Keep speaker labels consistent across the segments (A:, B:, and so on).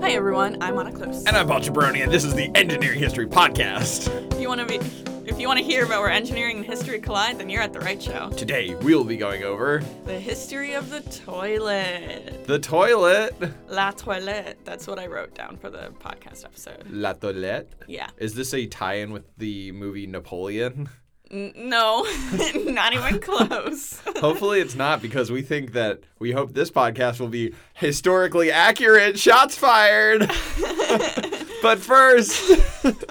A: Hi everyone, I'm Anna Close.
B: And I'm Paul Jabroni, and this is the Engineering History Podcast.
A: If you want to be, if you want to hear about where engineering and history collide, then you're at the right show.
B: Today, we'll be going over
A: The history of the toilet,
B: the toilet.
A: la toilette. That's what I wrote down for the podcast episode.
B: La toilette.
A: Yeah.
B: Is this a tie in with the movie Napoleon?
A: N- no, not even close.
B: Hopefully, it's not because we think that we hope this podcast will be historically accurate. Shots fired. but first,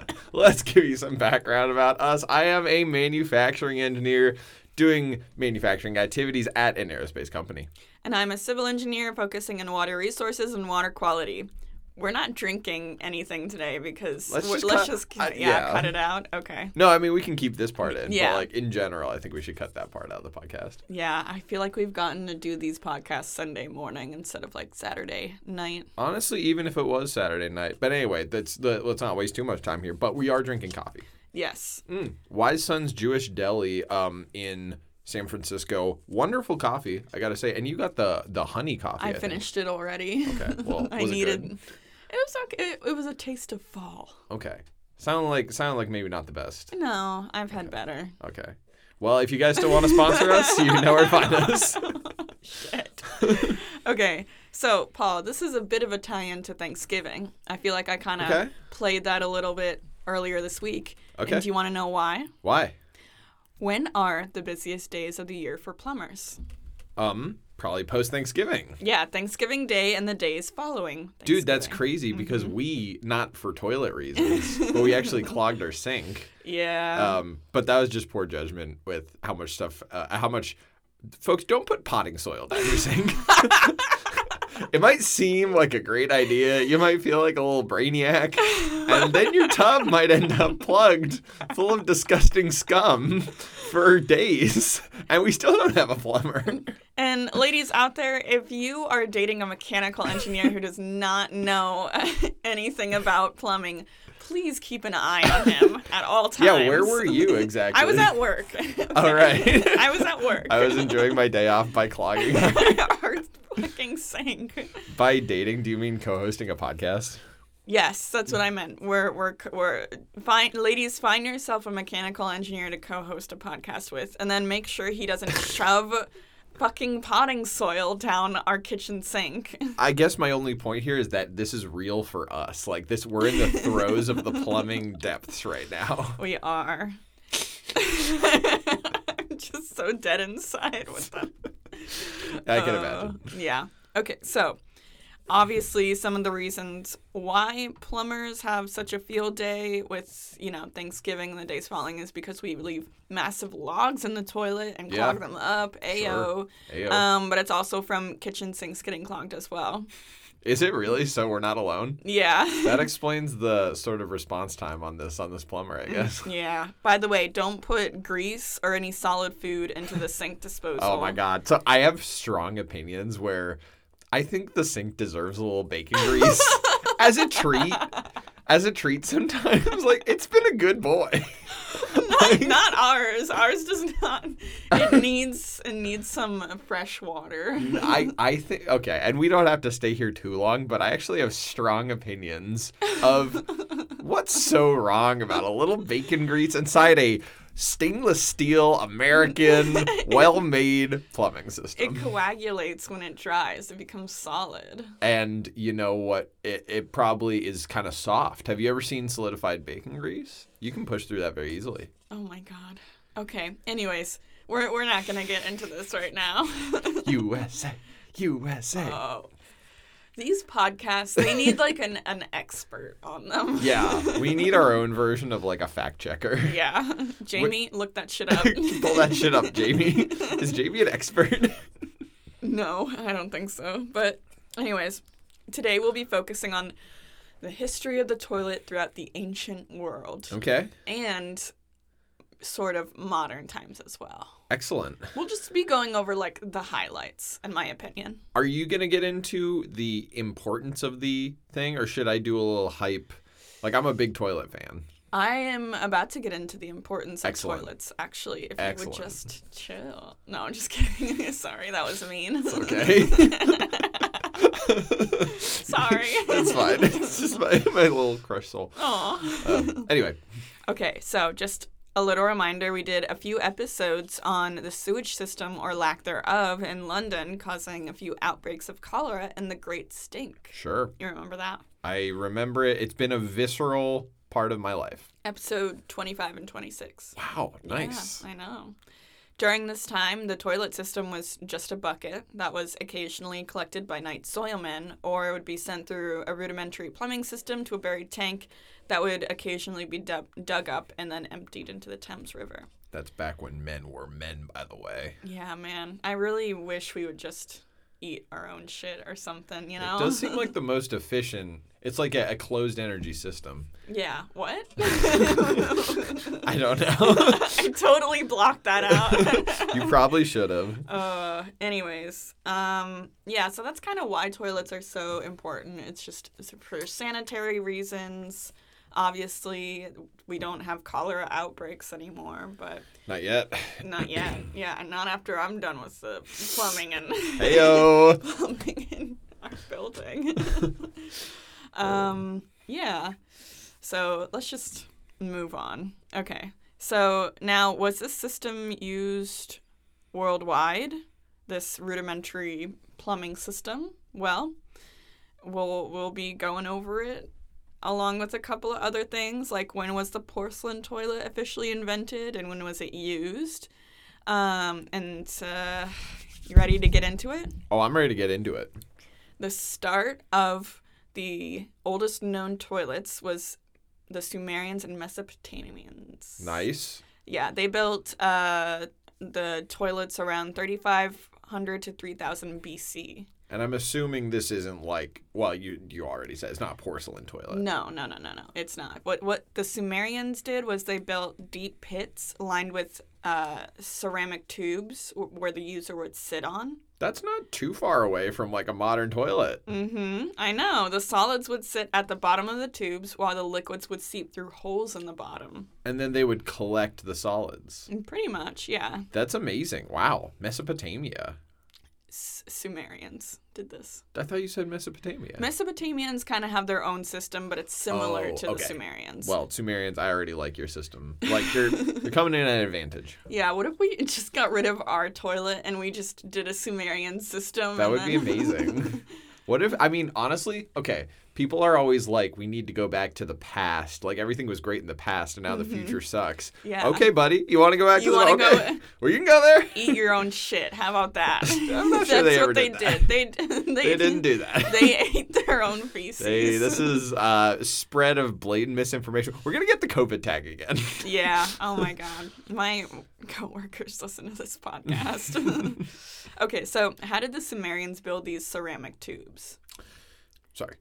B: let's give you some background about us. I am a manufacturing engineer doing manufacturing activities at an aerospace company.
A: and I'm a civil engineer focusing on water resources and water quality. We're not drinking anything today because
B: Let's
A: we're-
B: just
A: let's
B: cut-
A: just
B: I-
A: yeah,
B: yeah.
A: cut it out. Okay.
B: No, I mean we can keep this part in,
A: Yeah.
B: but like in general, I think we should cut that part out of the podcast.
A: Yeah, I feel like we've gotten to do these podcasts Sunday morning instead of like Saturday night.
B: Honestly, even if it was Saturday night, but anyway, that's the, let's not waste too much time here. But we are drinking coffee.
A: Yes.
B: Mm. Wise Son's Jewish Deli, um, in San Francisco, wonderful coffee, I gotta say. And you got the the honey coffee.
A: I
B: think.
A: finished it already.
B: Okay, well,
A: I
B: was it
A: needed.
B: good?
A: was okay. It, it was a taste of fall.
B: Okay, sound like sound like maybe not the best.
A: No, I've had better.
B: Okay, well, if you guys still want to sponsor us, you know where to find us.
A: Shit. okay, so Paul, this is a bit of a tie-in to Thanksgiving. I feel like I kind of
B: Okay.
A: played that a little bit earlier this week.
B: Okay.
A: And do you want to know why?
B: Why?
A: When are the busiest days of the year for plumbers?
B: Um, probably post Thanksgiving.
A: Yeah, Thanksgiving Day and the days following.
B: Dude, that's
A: Thanksgiving.
B: crazy because
A: Mm-hmm.
B: we, not for toilet reasons, but we actually clogged our sink.
A: Yeah.
B: Um, but that was just poor judgment with how much stuff, uh, how much folks don't put potting soil down your sink. it might seem like a great idea. You might feel like a little brainiac. And then your tub might end up plugged full of disgusting scum for days. And we still don't have a plumber.
A: And ladies out there, if you are dating a mechanical engineer who does not know anything about plumbing, please keep an eye on him at all times.
B: Yeah, where were you exactly?
A: I was at work.
B: All right.
A: I was at work.
B: I was enjoying my day off by clogging.
A: Our fucking sank.
B: by dating, do you mean co-hosting a podcast?
A: Yes, that's what I meant. We're we're we're find ladies find yourself a mechanical engineer to co-host a podcast with, and then make sure he doesn't shove fucking potting soil down our kitchen sink.
B: I guess my only point here is that this is real for us. Like this, we're in the throes of the plumbing depths right now.
A: We are. I'm just so dead inside with that.
B: I can imagine.
A: Yeah. Okay, so obviously some of the reasons why plumbers have such a field day with, you know, Thanksgiving and the days following is because we leave massive logs in the toilet and
B: Yeah.
A: clog them up. Ayo.
B: Ayo.
A: Um, but it's also from kitchen sinks getting clogged as well.
B: Is it really? So we're not alone.
A: Yeah.
B: That explains the sort of response time on this on this plumber, I guess.
A: Yeah. By the way, don't put grease or any solid food into the sink disposal.
B: Oh my god. So I have strong opinions where I think the sink deserves a little bacon grease as a treat. As a treat sometimes. Like it's been a good boy.
A: not, not ours. Ours does not. It needs it needs some fresh water.
B: I, I think okay, and we don't have to stay here too long, but I actually have strong opinions of what's so wrong about a little bacon grease inside a stainless steel American well-made plumbing
A: It
B: system.
A: coagulates when it dries. It becomes solid.
B: and you know what? It, it probably is kind of soft. Have you ever seen solidified bacon grease? You can push through that very easily.
A: Oh my god. Okay. Anyways, we're we're not gonna get into this right now.
B: USA, USA.
A: oh. These podcasts, they need like an, an expert on them.
B: yeah, we need our own version of like a fact checker.
A: Yeah. Jamie, look that shit up.
B: Pull that shit up, Jamie. Is Jamie an expert?
A: No, I don't think so. But, anyways, today we'll be focusing on the history of the toilet throughout the ancient world
B: Okay.
A: and sort of modern times as well.
B: Excellent.
A: We'll just be going over like the highlights, in my opinion.
B: Are you going to get into the importance of the thing or should I do a little hype? Like, I'm a big toilet fan.
A: I am about to get into the importance of
B: Excellent.
A: toilets, actually. If
B: Excellent.
A: you would just chill. No, I'm just kidding. Sorry, that was mean.
B: Okay.
A: Sorry.
B: That's fine. It's just my, my little crushed soul.
A: Aw.
B: Um, anyway,
A: Okay, so just a little reminder we did a few episodes on the sewage system or lack thereof in London, causing a few outbreaks of cholera and the Great Stink.
B: sure.
A: You remember that?
B: I remember it. It's been a visceral part of my life.
A: Episode 25 and 26.
B: Wow, nice.
A: Yeah, I know. During this time, the toilet system was just a bucket that was occasionally collected by night soilmen, or it would be sent through a rudimentary plumbing system to a buried tank that would occasionally be dug dug up and then emptied into the Thames River.
B: That's back when men were men, by the way.
A: Yeah, man. I really wish we would just eat our own shit or something, you know?
B: It does seem like the most efficient. It's like a, a closed energy system.
A: yeah, what?
B: I don't know.
A: I totally blocked that out.
B: you probably should have.
A: uh, anyways, um, yeah, so that's kind of why toilets are so important. It's just it's for sanitary reasons. Obviously, we don't have cholera outbreaks anymore, but
B: Not yet.
A: not yet. yeah, and not after I'm done with the plumbing and
B: Heyo.
A: bumping in our building. um, yeah. So let's just move on. Okay. So now, was this system used worldwide? This rudimentary plumbing system? Well, we'll we'll be going over it along with a couple of other things like when was the porcelain toilet officially invented and when was it used um, and uh, you ready to get into it
B: Oh, I'm ready to get into it.
A: the start of the oldest known toilets was the Sumerians and Mesopotamians.
B: Nice.
A: Yeah, they built uh, the toilets around 3,500 to 3,000 BC.
B: And I'm assuming this isn't like well, you you already said it's not a porcelain toilet.
A: No, no, no, no, no. It's not. What what the Sumerians did was they built deep pits lined with uh, ceramic tubes wh- where the user would sit on.
B: That's not too far away from like a modern toilet.
A: Mm-hmm. I know. The solids would sit at the bottom of the tubes while the liquids would seep through holes in the bottom.
B: And then they would collect the solids.
A: Pretty much, yeah.
B: That's amazing. Wow. Mesopotamia.
A: S- Sumerians did this.
B: I thought you said Mesopotamia.
A: Mesopotamians kind of have their own system, but it's similar
B: Oh,
A: to the
B: okay.
A: Sumerians.
B: well, Sumerians, I already like your system. Like you're you're coming in at an advantage.
A: yeah, what if we just got rid of our toilet and we just did a Sumerian system? and
B: That would be
A: then-
B: amazing. What if I mean honestly, okay, people are always like we need to go back to the past. Like everything was great in the past and now the future sucks.
A: Mm-hmm. Yeah.
B: Okay, buddy, you want to go back
A: You
B: to the
A: wanna go-
B: okay. Well, you can go there.
A: Eat your own shit. How about that?
B: I'm not
A: That's
B: sure they
A: what
B: ever
A: they did.
B: did
A: They, d- they
B: They didn't do that.
A: They ate their own feces.
B: Hey, this is uh, spread of blatant misinformation. We're gonna get the COVID tag again.
A: Yeah. Oh my God. My coworkers listen to this podcast. okay, so how did the Sumerians build these ceramic tubes?
B: Sorry,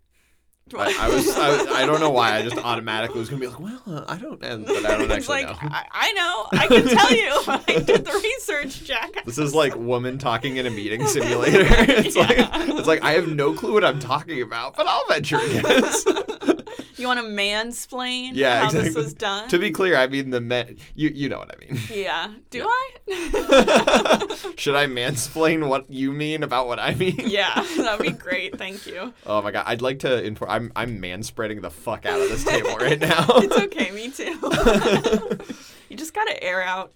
B: I, I was I, was- I don't know why I just automatically was gonna be like, well, uh, I don't, and, but I don't
A: It's
B: actually
A: like
B: know.
A: I, I know. I can tell you. I did the research, Jack.
B: This is like woman talking in a meeting simulator. It's like
A: Yeah.
B: it's like I have no clue what I'm talking about, but I'll venture a guess.
A: You want to mansplain
B: Yeah,
A: how this
B: exactly.
A: was done?
B: to be clear, I mean the men. You you know what I mean.
A: yeah. Do
B: Yeah.
A: I?
B: Should I mansplain what you mean about what I mean?
A: yeah, that'd be great. Thank you.
B: Oh my god, I'd like to inform. I'm I'm manspreading the fuck out of this table right now.
A: It's okay. Me too. you just gotta air out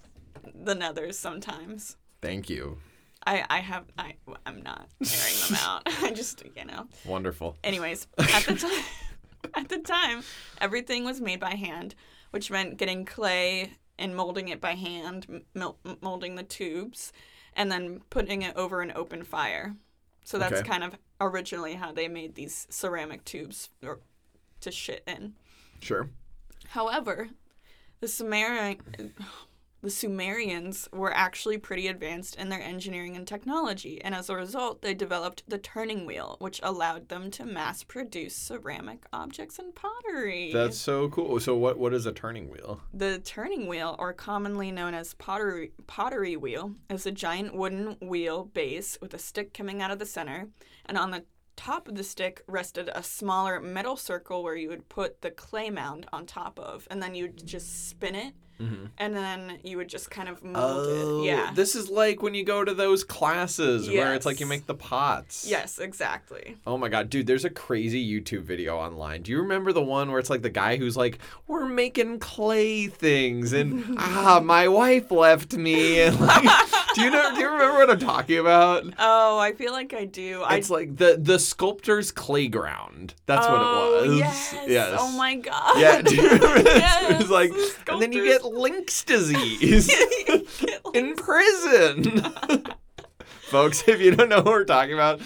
A: the nethers sometimes.
B: Thank you.
A: I, I have I I'm not airing them out. I just you know.
B: Wonderful.
A: Anyways, at the time at the time, everything was made by hand, which meant getting clay and molding it by hand, m- mel- molding the tubes, and then putting it over an open fire. So that's
B: Okay.
A: kind of originally how they made these ceramic tubes or to shit in.
B: Sure.
A: However, the Sumeri- the Sumerians were actually pretty advanced in their engineering and technology, and as a result, they developed the turning wheel, which allowed them to mass produce ceramic objects and pottery.
B: That's so cool. So what what is a turning wheel?
A: The turning wheel, or commonly known as pottery, pottery wheel, is a giant wooden wheel base with a stick coming out of the center, and on the top of the stick rested a smaller metal circle where you would put the clay mound on top of, and then you'd just spin it
B: Mhm.
A: and then you would just kind of mold
B: Oh,
A: it. Yeah.
B: This is like when you go to those classes where it's like you
A: Yes.
B: make the pots.
A: yes, exactly.
B: Oh my god, dude, there's a crazy YouTube video online. Do you remember the one where it's like the guy who's like, "We're making clay things," and ah, my wife left me. And like, do you know? Do you remember what I'm talking about?
A: Oh, I feel like I do. I
B: It's like the the sculptor's playground. That's
A: oh,
B: what it was.
A: Yes.
B: Yes.
A: Oh my god.
B: Yeah. Do you remember this? It
A: Yes,
B: was like, and then you get
A: sculptors.
B: Link's disease.
A: Get like-
B: in prison. Folks, if you don't know what we're talking about,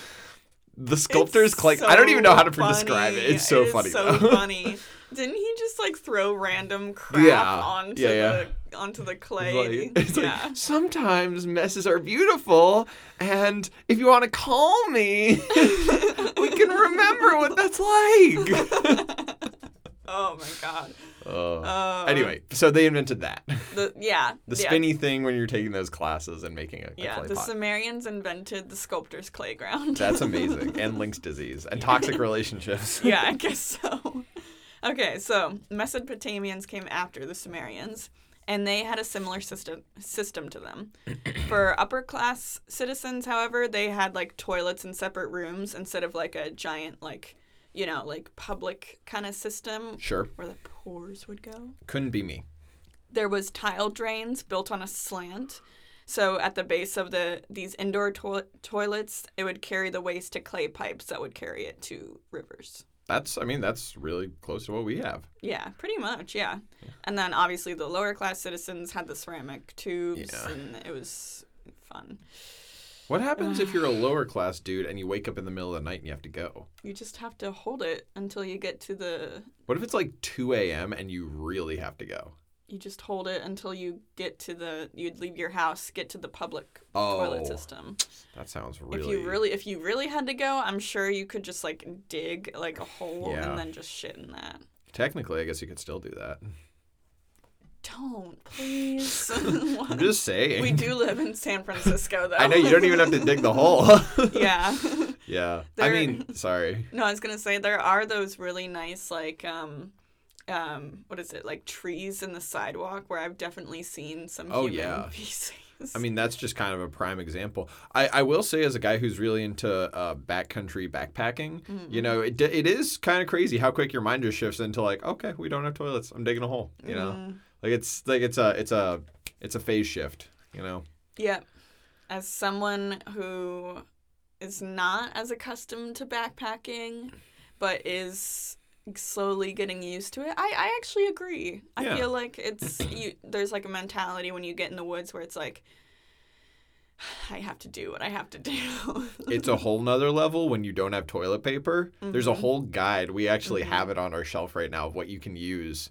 B: the sculptor's
A: It's
B: clay. I don't even know how to
A: so
B: describe it.
A: funny.
B: It's so
A: is
B: funny.
A: So
B: though.
A: funny. Didn't he just like throw random crap
B: Yeah.
A: onto
B: Yeah, yeah.
A: the onto the
B: It's
A: clay?
B: like, it's like,
A: yeah.
B: sometimes messes are beautiful, and if you want to call me, we can remember what that's like.
A: oh my god.
B: Uh,
A: Uh,
B: anyway, so they invented that
A: The yeah.
B: the
A: yeah.
B: spinny thing when you're taking those classes and making a, a
A: Yeah,
B: clay
A: the
B: pot.
A: Sumerians invented the sculptor's playground.
B: That's amazing. and Link's disease and toxic relationships.
A: yeah, I guess so. Okay, so Mesopotamians came after the Sumerians, and they had a similar system system to them. For upper class citizens, however, they had like toilets in separate rooms instead of like a giant like you know like public kind of system
B: Sure,
A: where the pores would go.
B: couldn't be me.
A: There was tile drains built on a slant. So at the base of the these indoor toil- toilets, it would carry the waste to clay pipes that would carry it to rivers.
B: That's, I mean, that's really close to what we have.
A: Yeah, pretty much, yeah. And then obviously the lower class citizens had the ceramic tubes
B: Yeah.
A: and it was fun.
B: What happens if you're a lower class dude and you wake up in the middle of the night and you have to go?
A: You just have to hold it until you get to the
B: What if it's like 2 a.m. and you really have to go?
A: you just hold it until you get to the you'd leave your house, get to the public
B: Oh,
A: toilet system.
B: That sounds really.
A: If you really if you really had to go, I'm sure you could just like dig like a hole
B: Yeah.
A: and then just shit in that.
B: Technically, I guess you could still do that.
A: Don't, please.
B: I'm
A: What?
B: just saying.
A: we do live in San Francisco though.
B: I know you don't even have to dig the hole.
A: Yeah.
B: yeah. I
A: There-
B: mean, sorry.
A: No, I was gonna say there are those really nice like um, um, what is it like trees in the sidewalk where I've definitely seen some
B: Oh,
A: human
B: yeah.
A: feces.
B: I mean, that's just kind of a prime example. I, I will say, as a guy who's really into uh, backcountry backpacking, you know, it, d- it is kind of crazy how quick your mind just shifts into like, okay, we don't have toilets. I'm digging a hole. You know, like it's like it's a it's a it's a phase shift. You know.
A: Yep. As someone who is not as accustomed to backpacking, but is slowly getting used to it, I, I actually agree. I
B: Yeah.
A: feel like it's you. There's like a mentality when you get in the woods where it's like, I have to do what I have to do.
B: it's a whole nother level when you don't have toilet paper. There's a
A: Mm-hmm.
B: whole guide. We actually have it on our shelf right now of what you can use,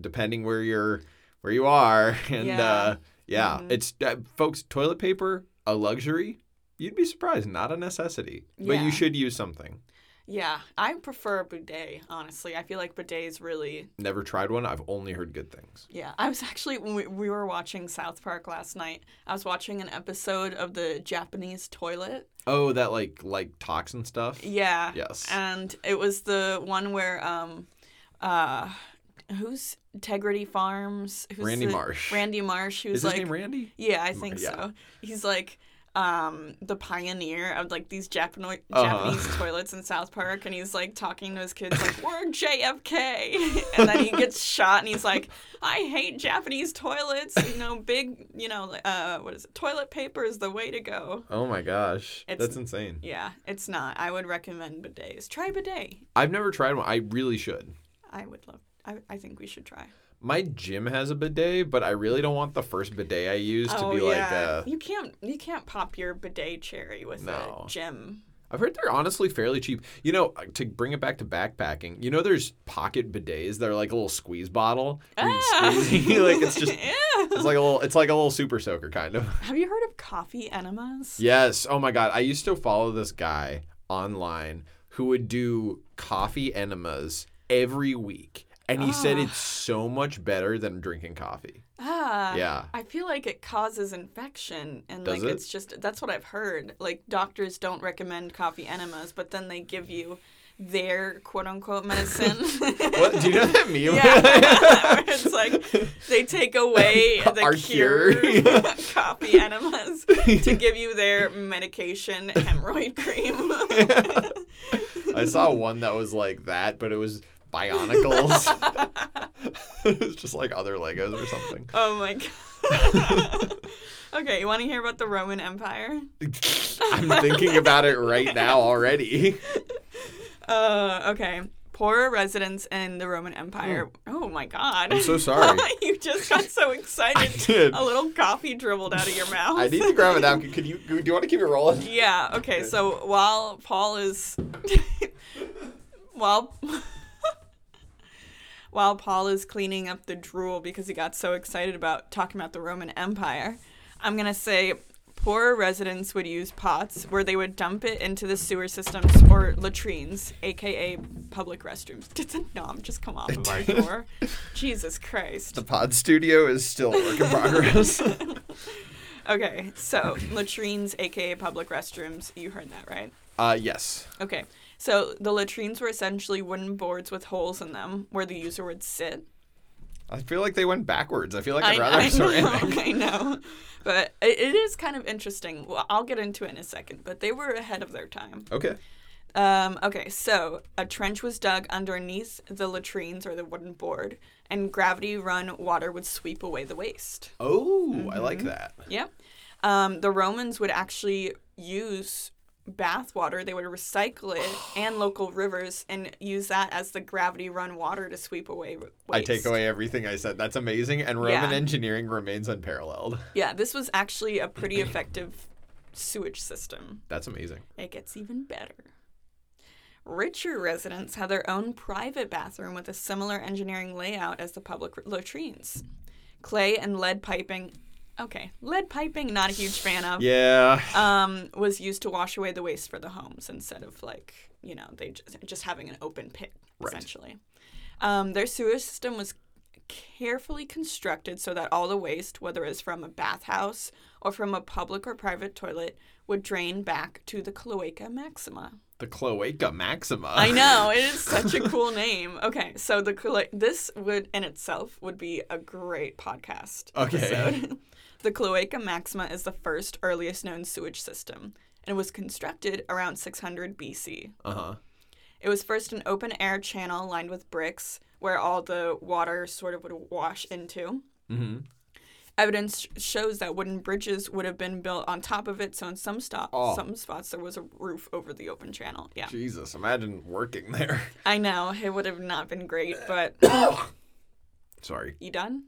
B: depending where you're, where you are, and yeah,
A: Yeah. Mm-hmm.
B: uh, yeah. it's uh, folks toilet paper a luxury. You'd be surprised, not a necessity, but
A: Yeah.
B: you should use something.
A: Yeah, I prefer bidet, honestly. I feel like bidet is really.
B: Never tried one. I've only heard good things.
A: Yeah, I was actually, when we, we were watching South Park last night, I was watching an episode of the Japanese toilet.
B: Oh, that like like toxin stuff.
A: Yeah.
B: Yes.
A: And it was the one where, um, uh, who's Integrity Farms? Who's
B: Randy
A: the-
B: Marsh.
A: Randy Marsh, who's
B: Is his
A: like.
B: name Randy?
A: Yeah, I think
B: yeah.
A: so. He's like um, the pioneer of like these Japano-
B: Uh-huh.
A: Japanese toilets in South Park, and he's like talking to his kids like we're JFK, and then he gets shot, and he's like, I hate Japanese toilets. You know, big, you know, uh, what is it? Toilet paper is the way to go.
B: Oh my gosh,
A: It's-
B: that's insane.
A: Yeah, it's not. I would recommend bidets. Try bidet.
B: I've never tried one. I really should.
A: I would love. I, I think we should try.
B: My gym has a bidet, but I really don't want the first bidet I use to be like uh
A: Oh, you can't you can't pop your bidet cherry with
B: No.
A: a gem.
B: I've heard they're honestly fairly cheap. You know, uh, to bring it back to backpacking, you know there's pocket bidets that are like a little squeeze bottle. where you
A: Ah.
B: squeeze- like it's just
A: Yeah.
B: it's like a little it's like a little super soaker kind of.
A: Have you heard of coffee enemas?
B: Yes. Oh my god. I used to follow this guy online who would do coffee enemas every week. And he said it's so much better than drinking coffee.
A: Ah.
B: Yeah.
A: I feel like it causes infection and
B: Does
A: like
B: it?
A: it's just that's what I've heard. Like doctors don't recommend coffee enemas, but then they give you their quote unquote medicine.
B: What do you know that meme?
A: Yeah, Where it's like they take away the
B: Our
A: cure,
B: cure, yeah.
A: copy enemas to give you their medication hemorrhoid cream.
B: I saw one that was like that, but it was Bionicles. it was just like other Legos or something.
A: oh my god. okay, you want to hear about the Roman Empire?
B: I'm thinking about it right now already.
A: Uh, okay. Poorer residents in the Roman Empire. Oh my god.
B: Hmm. I'm so sorry.
A: you just got so
B: I
A: excited.
B: did.
A: A little coffee dribbled out of your mouth.
B: I need to grab a napkin. Could you? Do you want to keep it rolling?
A: Yeah. Okay. So while Paul is, while while Paul is cleaning up the drool because he got so excited about talking about the Roman Empire, I'm gonna say poorer residents would use pots where they would dump it into the sewer systems or latrines, aka public restrooms. Did a nom just come off of our door? Jesus Christ.
B: The Pod Studio is still a work in progress.
A: Okay. So latrines, aka public restrooms. You heard that right?
B: uh, yes.
A: Okay. So the latrines were essentially wooden boards with holes in them where the user would sit.
B: I feel like they went backwards. I feel like I'd rather
A: I,
B: have
A: know,
B: ceramic.
A: I know. But it, it is kind of interesting. Well, I'll get into it in a second, but they were ahead of their time.
B: Okay.
A: Um, okay, so a trench was dug underneath the latrines or the wooden board, and gravity run water would sweep away the waste.
B: Oh, I like
A: Mm-hmm.
B: that.
A: Yep. Um, the Romans would actually use bath water. They would recycle it and local rivers and use that as the gravity run water to sweep away waste.
B: I take away everything I said. That's amazing. And Roman
A: Yeah.
B: engineering remains unparalleled.
A: Yeah, this was actually a pretty effective sewage system.
B: That's amazing.
A: It gets even better. Richer residents had their own private bathroom with a similar engineering layout as the public latrines. Clay and lead piping. Okay, lead piping, not a huge fan of.
B: Yeah.
A: um, was used to wash away the waste for the homes instead of like you know they just, just having an open pit
B: Right.
A: essentially. Um, their sewer system was carefully constructed so that all the waste, whether it's from a bathhouse or from a public or private toilet, would drain back to the cloaca maxima.
B: The Cloaca Maxima.
A: I know it is such a cool name. Okay, so the clo- this would in itself would be a great podcast.
B: Okay.
A: episode. the Cloaca Maxima is the first earliest known sewage system, and it was constructed around 600 BC.
B: Uh huh.
A: It was first an open air channel lined with bricks where all the water sort of would wash into.
B: Mm-hmm.
A: Evidence sh- shows that wooden bridges would have been built on top of it, so in some spots,
B: Oh.
A: some spots there was a roof over the open channel. Yeah.
B: Jesus, imagine working there.
A: I know it would have not been great,
B: Uh,
A: but
B: Sorry.
A: you done?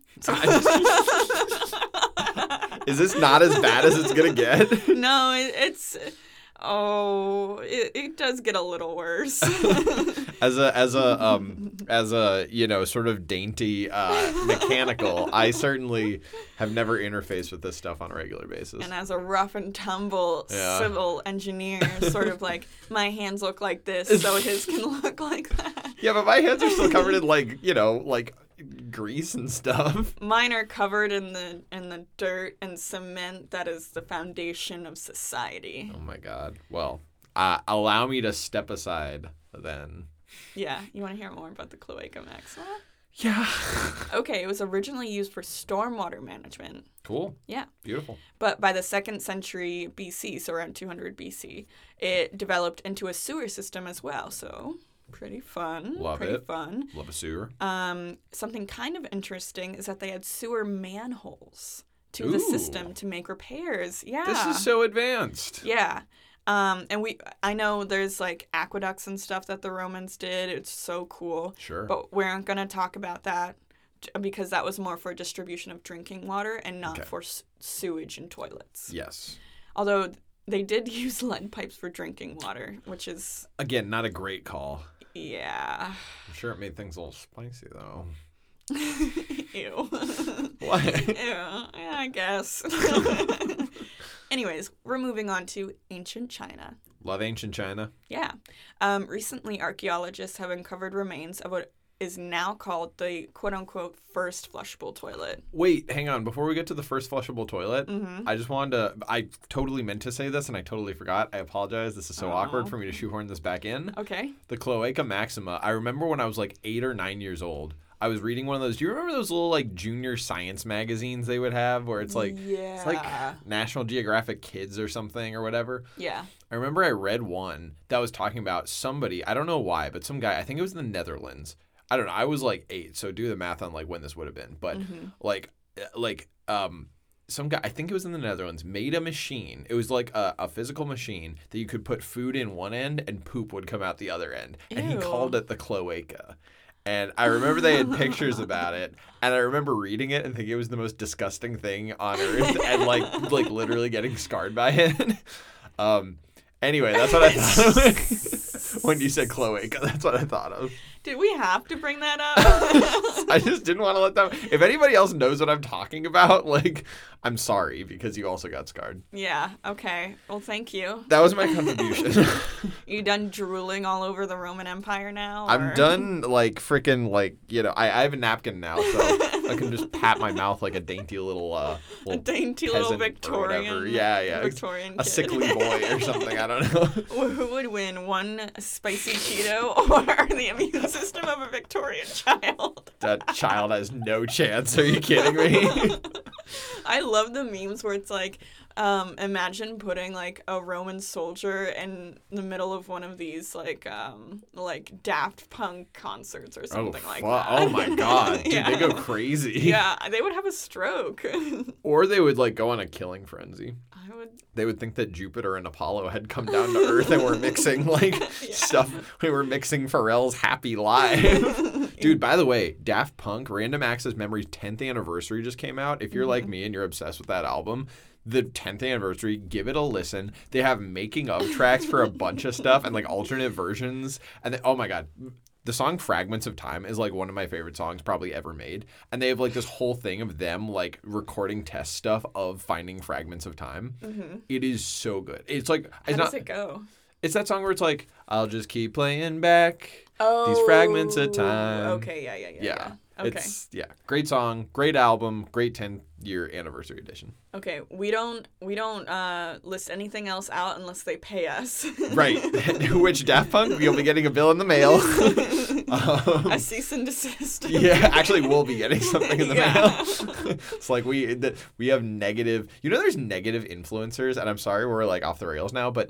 B: Is this not as bad as it's gonna get?
A: No, it, it's oh, it, it does get a little worse.
B: As a as a um as a you know sort of dainty uh, mechanical, I certainly have never interfaced with this stuff on a regular basis.
A: and as a rough and tumble
B: Yeah.
A: civil engineer, sort of like my hands look like this, so his can look like that.
B: Yeah, but my hands are still covered in like you know like grease and stuff.
A: Mine are covered in the in the dirt and cement that is the foundation of society.
B: Oh my god. Well, uh, allow me to step aside then.
A: Yeah, you want to hear more about the cloaca maxima?
B: Yeah.
A: Okay, it was originally used for stormwater management.
B: Cool.
A: Yeah.
B: Beautiful.
A: But by the second century BC, so around 200 BC, it developed into a sewer system as well. So pretty fun.
B: Love
A: pretty
B: it.
A: fun.
B: Love a sewer.
A: Um, something kind of interesting is that they had sewer manholes to the
B: Ooh.
A: system to make repairs. Yeah.
B: This is so advanced.
A: yeah. Um, and we, I know there's like aqueducts and stuff that the Romans did. It's so cool.
B: Sure.
A: But we aren't going to talk about that j- because that was more for distribution of drinking water and not
B: Okay.
A: for s- sewage and toilets.
B: Yes.
A: Although they did use lead pipes for drinking water, which is
B: Again, not a great call.
A: yeah.
B: I'm sure it made things a little spicy though.
A: Ew. Ew.
B: What?
A: Yeah, I guess. Anyways, we're moving on to ancient China.
B: Love ancient China.
A: Yeah. Um, recently, archaeologists have uncovered remains of what is now called the quote unquote first flushable toilet.
B: Wait, hang on. Before we get to the first flushable toilet,
A: Mm-hmm.
B: I just wanted to. I totally meant to say this and I totally forgot. I apologize. This is so awkward
A: Aw.
B: for me to shoehorn this back in.
A: Okay.
B: The Cloaca Maxima. I remember when I was like eight or nine years old. I was reading one of those. Do you remember those little like junior science magazines they would have where it's like
A: yeah.
B: it's like National Geographic Kids or something or whatever?
A: yeah.
B: I remember I read one that was talking about somebody, I don't know why, but some guy, I think it was in the Netherlands. I don't know. I was like 8, so do the math on like when this would have been, but
A: Mhm.
B: like uh, like um some guy, I think it was in the Netherlands, made a machine. It was like a, a physical machine that you could put food in one end and poop would come out the other end. And he
A: Ew.
B: called it the cloaca. And I remember they had pictures about it, and I remember reading it and thinking it was the most disgusting thing on earth, and like like literally getting scarred by it. Um, anyway, that's what I thought of when you said cloaca. That's what I thought of.
A: Did we have to bring that up?
B: I just didn't want to let them. If anybody else knows what I'm talking about, like, I'm sorry because you also got scarred.
A: yeah. Okay. Well, thank you.
B: That was my contribution.
A: You done drooling all over the Roman Empire now?
B: I'm
A: or-
B: done, like freaking, like you know. I, I have a napkin now, so I can just pat my mouth like a dainty little, uh,
A: A
B: little
A: dainty little
B: peasant or whatever.
A: Victorian.
B: Yeah, yeah.
A: Victorian.
B: a
A: kid.
B: sickly boy or something. I don't know.
A: Wh- Who would win, one spicy Cheeto or the immune system of a Victorian child?
B: That child has no chance. Are you kidding me?
A: I love the memes where it's like, um, imagine putting like a Roman soldier in the middle of one of these like um, like Daft Punk concerts or something like
B: fu-
A: that.
B: Oh my god, dude,
A: yeah.
B: they go crazy.
A: Yeah, they would have a stroke. I
B: Or they would like go on a killing frenzy.
A: would.
B: They would think that Jupiter and Apollo had come down to Earth and were mixing like stuff. We were mixing Pharrell's Happy Life. Dude, by the way, Daft Punk Random Access Memories 10th anniversary just came out. If you're like me and you're obsessed with that album, the 10th anniversary, give it a listen. They have making of tracks for a bunch of stuff and like alternate versions. And then, oh my god, the song Fragments of Time is like one of my favorite songs probably ever made. And they have like this whole thing of them like recording test stuff of finding fragments of time. It is so good. It's like
A: How
B: it's
A: does
B: not
A: it go?
B: it's that song where it's like I'll just keep playing back.
A: Oh,
B: fragments at time.
A: Okay, yeah, yeah, yeah.
B: Yeah.
A: yeah. Okay.
B: It's yeah. Great song, great album, great 10 year anniversary edition.
A: Okay, we don't we don't uh, list anything else out unless they pay us.
B: Right. Which Daft Punk you'll be getting a bill in the mail. um,
A: A cease and desist.
B: Yeah, actually, we'll be getting something in the
A: Yeah.
B: mail. it's like we the, we have negative. You know, there's negative influencers, and I'm sorry we're like off the rails now, but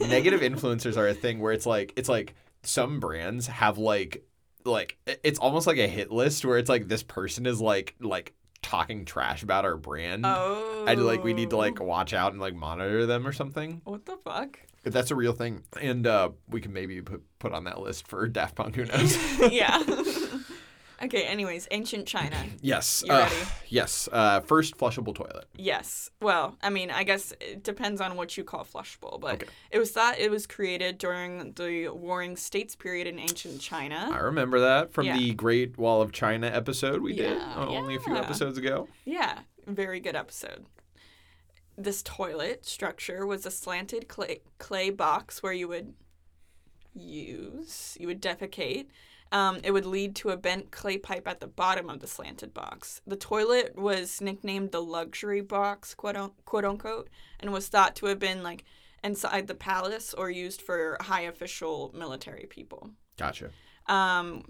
B: negative influencers are a thing where it's like it's like some brands have like like it- it's almost like a hit list where it's like this person is like like talking trash about our brand.
A: Oh.
B: And like we need to like watch out and like monitor them or something.
A: What the fuck?
B: If that's a real thing, and uh, we can maybe put put on that list for Daft Punk. Who knows?
A: yeah. okay. Anyways, ancient China.
B: Yes.
A: You
B: uh,
A: ready?
B: Yes. Uh, first flushable toilet.
A: Yes. Well, I mean, I guess it depends on what you call flushable, but
B: Okay.
A: it was thought it was created during the Warring States period in ancient China.
B: I remember that from
A: Yeah.
B: the Great Wall of China episode we did
A: Yeah,
B: uh, only a few
A: yeah.
B: episodes ago.
A: Yeah, very good episode. This toilet structure was a slanted clay, clay box where you would use, you would defecate. Um, it would lead to a bent clay pipe at the bottom of the slanted box. The toilet was nicknamed the luxury box, quote, un- quote unquote, and was thought to have been like inside the palace or used for high official military people.
B: Gotcha.
A: Um,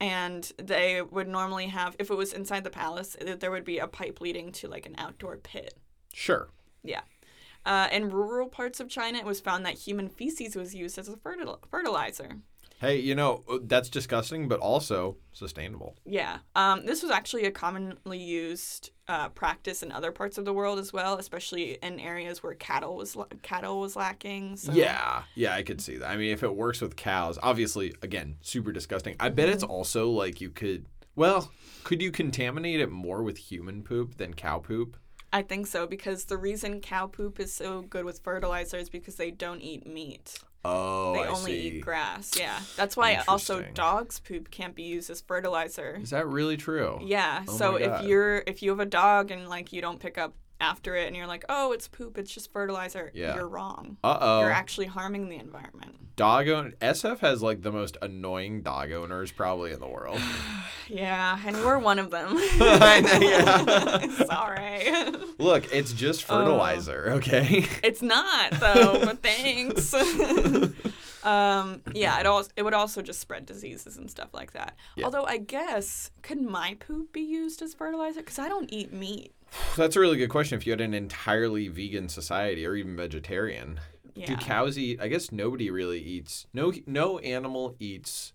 A: and they would normally have, if it was inside the palace, th- there would be a pipe leading to like an outdoor pit.
B: Sure.
A: Uh, in rural parts of China, it was found that human feces was used as a fertil- fertilizer.
B: Hey, you know uh, that's disgusting, but also sustainable.
A: Yeah. Um, this was actually a commonly used uh, practice in other parts of the world as well, especially in areas where cattle was la- cattle was lacking. So.
B: Yeah, yeah, I could see that. I mean, if it works with cows, obviously, again, super disgusting. I bet
A: Mm-hmm.
B: it's also like you could. Well, could you contaminate it more with human poop than cow poop?
A: I think so because the reason cow poop is so good with fertilizer is because they don't eat meat.
B: Oh,
A: They
B: I
A: only
B: see.
A: eat grass. Yeah. That's why also
B: Interesting.
A: dogs poop can't be used as fertilizer.
B: Is that really true?
A: Yeah.
B: Oh
A: so
B: my
A: if
B: God.
A: you're if you have a dog and like you don't pick up after it and you're like, oh, it's poop, it's just fertilizer,
B: Yeah.
A: you're wrong.
B: Uh oh.
A: You're actually harming the environment.
B: dog own SF has like the most annoying dog owners probably in the world.
A: Yeah, and we're one of them.
B: I know, yeah.
A: Sorry.
B: Look, it's just
A: Uh.
B: fertilizer, okay?
A: It's not though, but thanks. um, yeah, it also it would also just spread diseases and stuff like that.
B: Yeah.
A: Although I guess could my poop be used as fertilizer? Because I don't eat meat.
B: That's a really good question. If you had an entirely vegan society or even vegetarian, do
A: Yeah.
B: cows eat? I guess nobody really eats. No, no animal eats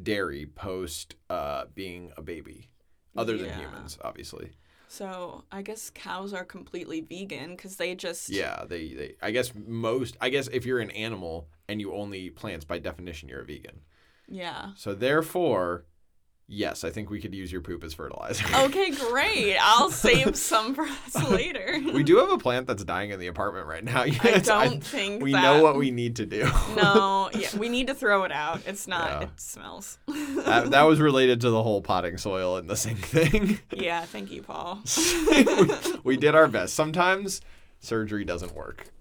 B: dairy post uh, being a baby, other than
A: Yeah.
B: humans, obviously.
A: so I guess cows are completely vegan because they just
B: Yeah, they, they. I guess most. I guess if you're an animal and you only eat plants, by definition, you're a vegan.
A: yeah.
B: So therefore, yes, I think we could use your poop as fertilizer.
A: Okay, great. I'll save some for us later.
B: we do have a plant that's dying in the apartment right now.
A: I
B: Yes,
A: don't think
B: we
A: that.
B: know what we need to do.
A: No, yeah, we need to throw it out. It's not.
B: Yeah.
A: It smells.
B: that, that was related to the whole potting soil and the sink thing.
A: yeah, thank you, Paul.
B: we, we did our best. Sometimes surgery doesn't work.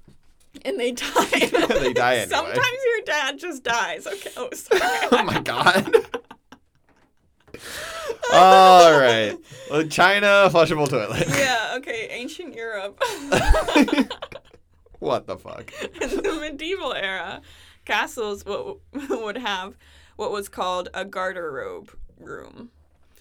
A: And they die.
B: They die anyway.
A: Sometimes your dad just dies. Okay. Oh, sorry.
B: Oh my god. All right. Well, China flushable toilet.
A: yeah. Okay. Ancient Europe,
B: what the fuck?
A: in the medieval era, castles wo- would have what was called a garderobe room.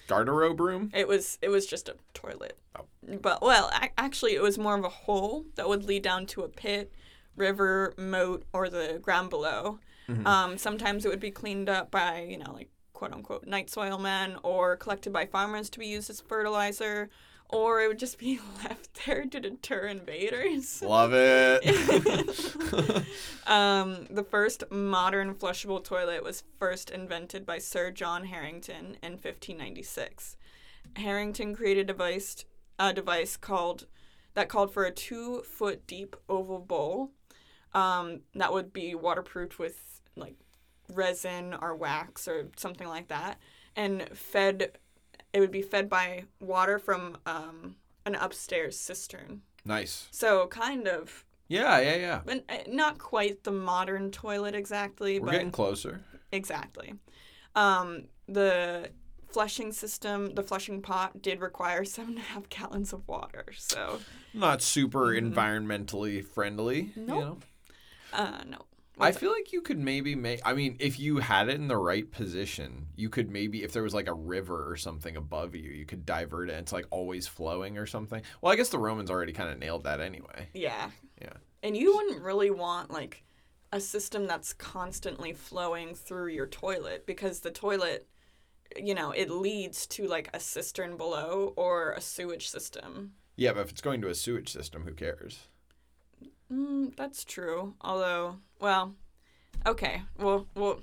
B: Garderobe room?
A: It was it was just a toilet,
B: Oh.
A: but well, ac actually, it was more of a hole that would lead down to a pit, river, moat, or the ground below. Um, sometimes it would be cleaned up by you know like quote unquote night soil men, or collected by farmers to be used as fertilizer, or it would just be left there to deter invaders.
B: Love it.
A: Um, the first modern flushable toilet was first invented by Sir John Harrington in 1596. Harrington created a device, a device called that called for a two foot deep oval bowl um, that would be waterproofed with like resin or wax or something like that, and fed. It would be fed by water from um, an upstairs cistern.
B: nice.
A: So kind of
B: Yeah, yeah, yeah.
A: but uh, not quite the modern toilet exactly,
B: We're
A: but
B: getting closer.
A: exactly. Um, the flushing system, the flushing pot, did require seven and a half gallons of water. So,
B: Not super environmentally friendly. you
A: Mm-hmm. Nope.
B: know?
A: uh, no.
B: I feel like you could maybe make. I mean, if you had it in the right position, you could maybe, if there was like a river or something above you, you could divert it. And it's like always flowing or something. Well, I guess the Romans already kind of nailed that anyway.
A: Yeah.
B: Yeah.
A: And you wouldn't really want like a system that's constantly flowing through your toilet because the toilet, you know, it leads to like a cistern below or a sewage system.
B: Yeah, but if it's going to a sewage system, who cares?
A: Mm, that's true. Although, well, okay, we'll we'll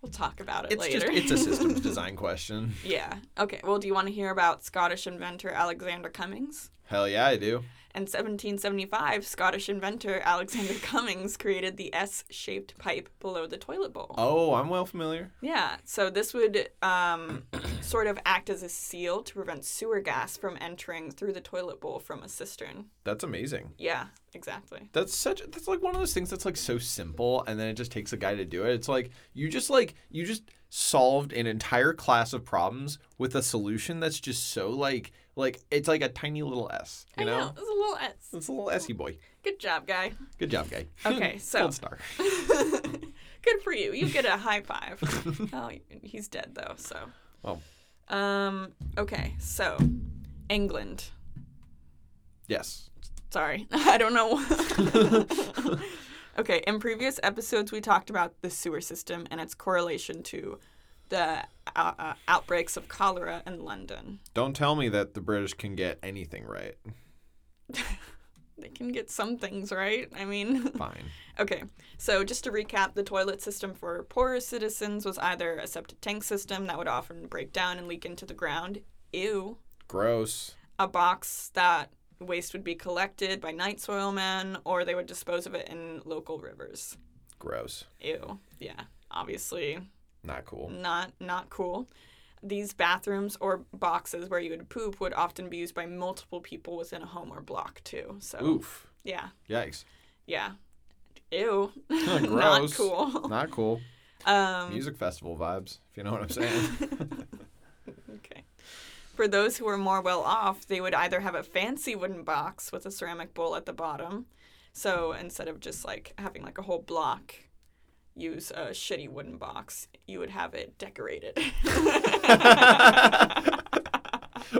A: we'll talk about it
B: It's
A: later.
B: just it's a systems design question.
A: yeah. Okay. Well, do you want to hear about Scottish inventor Alexander Cummings?
B: Hell yeah, I do.
A: In 1775, Scottish inventor Alexander Cummings created the S-shaped pipe below the toilet bowl.
B: Oh, I'm well familiar.
A: Yeah, so this would um, sort of act as a seal to prevent sewer gas from entering through the toilet bowl from a cistern.
B: That's amazing.
A: Yeah, exactly.
B: That's such that's like one of those things that's like so simple and then it just takes a guy to do it. It's like you just like you just solved an entire class of problems with a solution that's just so like like it's like a tiny little S, you
A: I
B: know?
A: know, it's a little S.
B: It's a little S boy.
A: Good job, guy.
B: Good job, guy.
A: Okay, so-
B: Gold star.
A: Good for you. You get a high five. oh, he's dead though. So.
B: Oh.
A: Um. Okay. So, England.
B: Yes.
A: Sorry, I don't know. okay. In previous episodes, we talked about the sewer system and its correlation to the uh, uh, outbreaks of cholera in London.
B: Don't tell me that the British can get anything right.
A: They can get some things right. I mean.
B: Fine.
A: Okay, so just to recap, the toilet system for poorer citizens was either a septic tank system that would often break down and leak into the ground, ew,
B: Gross.
A: a box that waste would be collected by night soil men, or they would dispose of it in local rivers.
B: Gross.
A: Ew. Yeah, obviously
B: Not cool.
A: not not cool. these bathrooms or boxes where you would poop would often be used by multiple people within a home or block too. So
B: Oof.
A: yeah,
B: Yikes.
A: yeah. Ew. Not
B: gross.
A: cool.
B: Not cool.
A: Um,
B: Music festival vibes, if you know what I'm saying.
A: Okay. For those who were more well off, they would either have a fancy wooden box with a ceramic bowl at the bottom. So instead of just like having like a whole block use a shitty wooden box, you would have it decorated.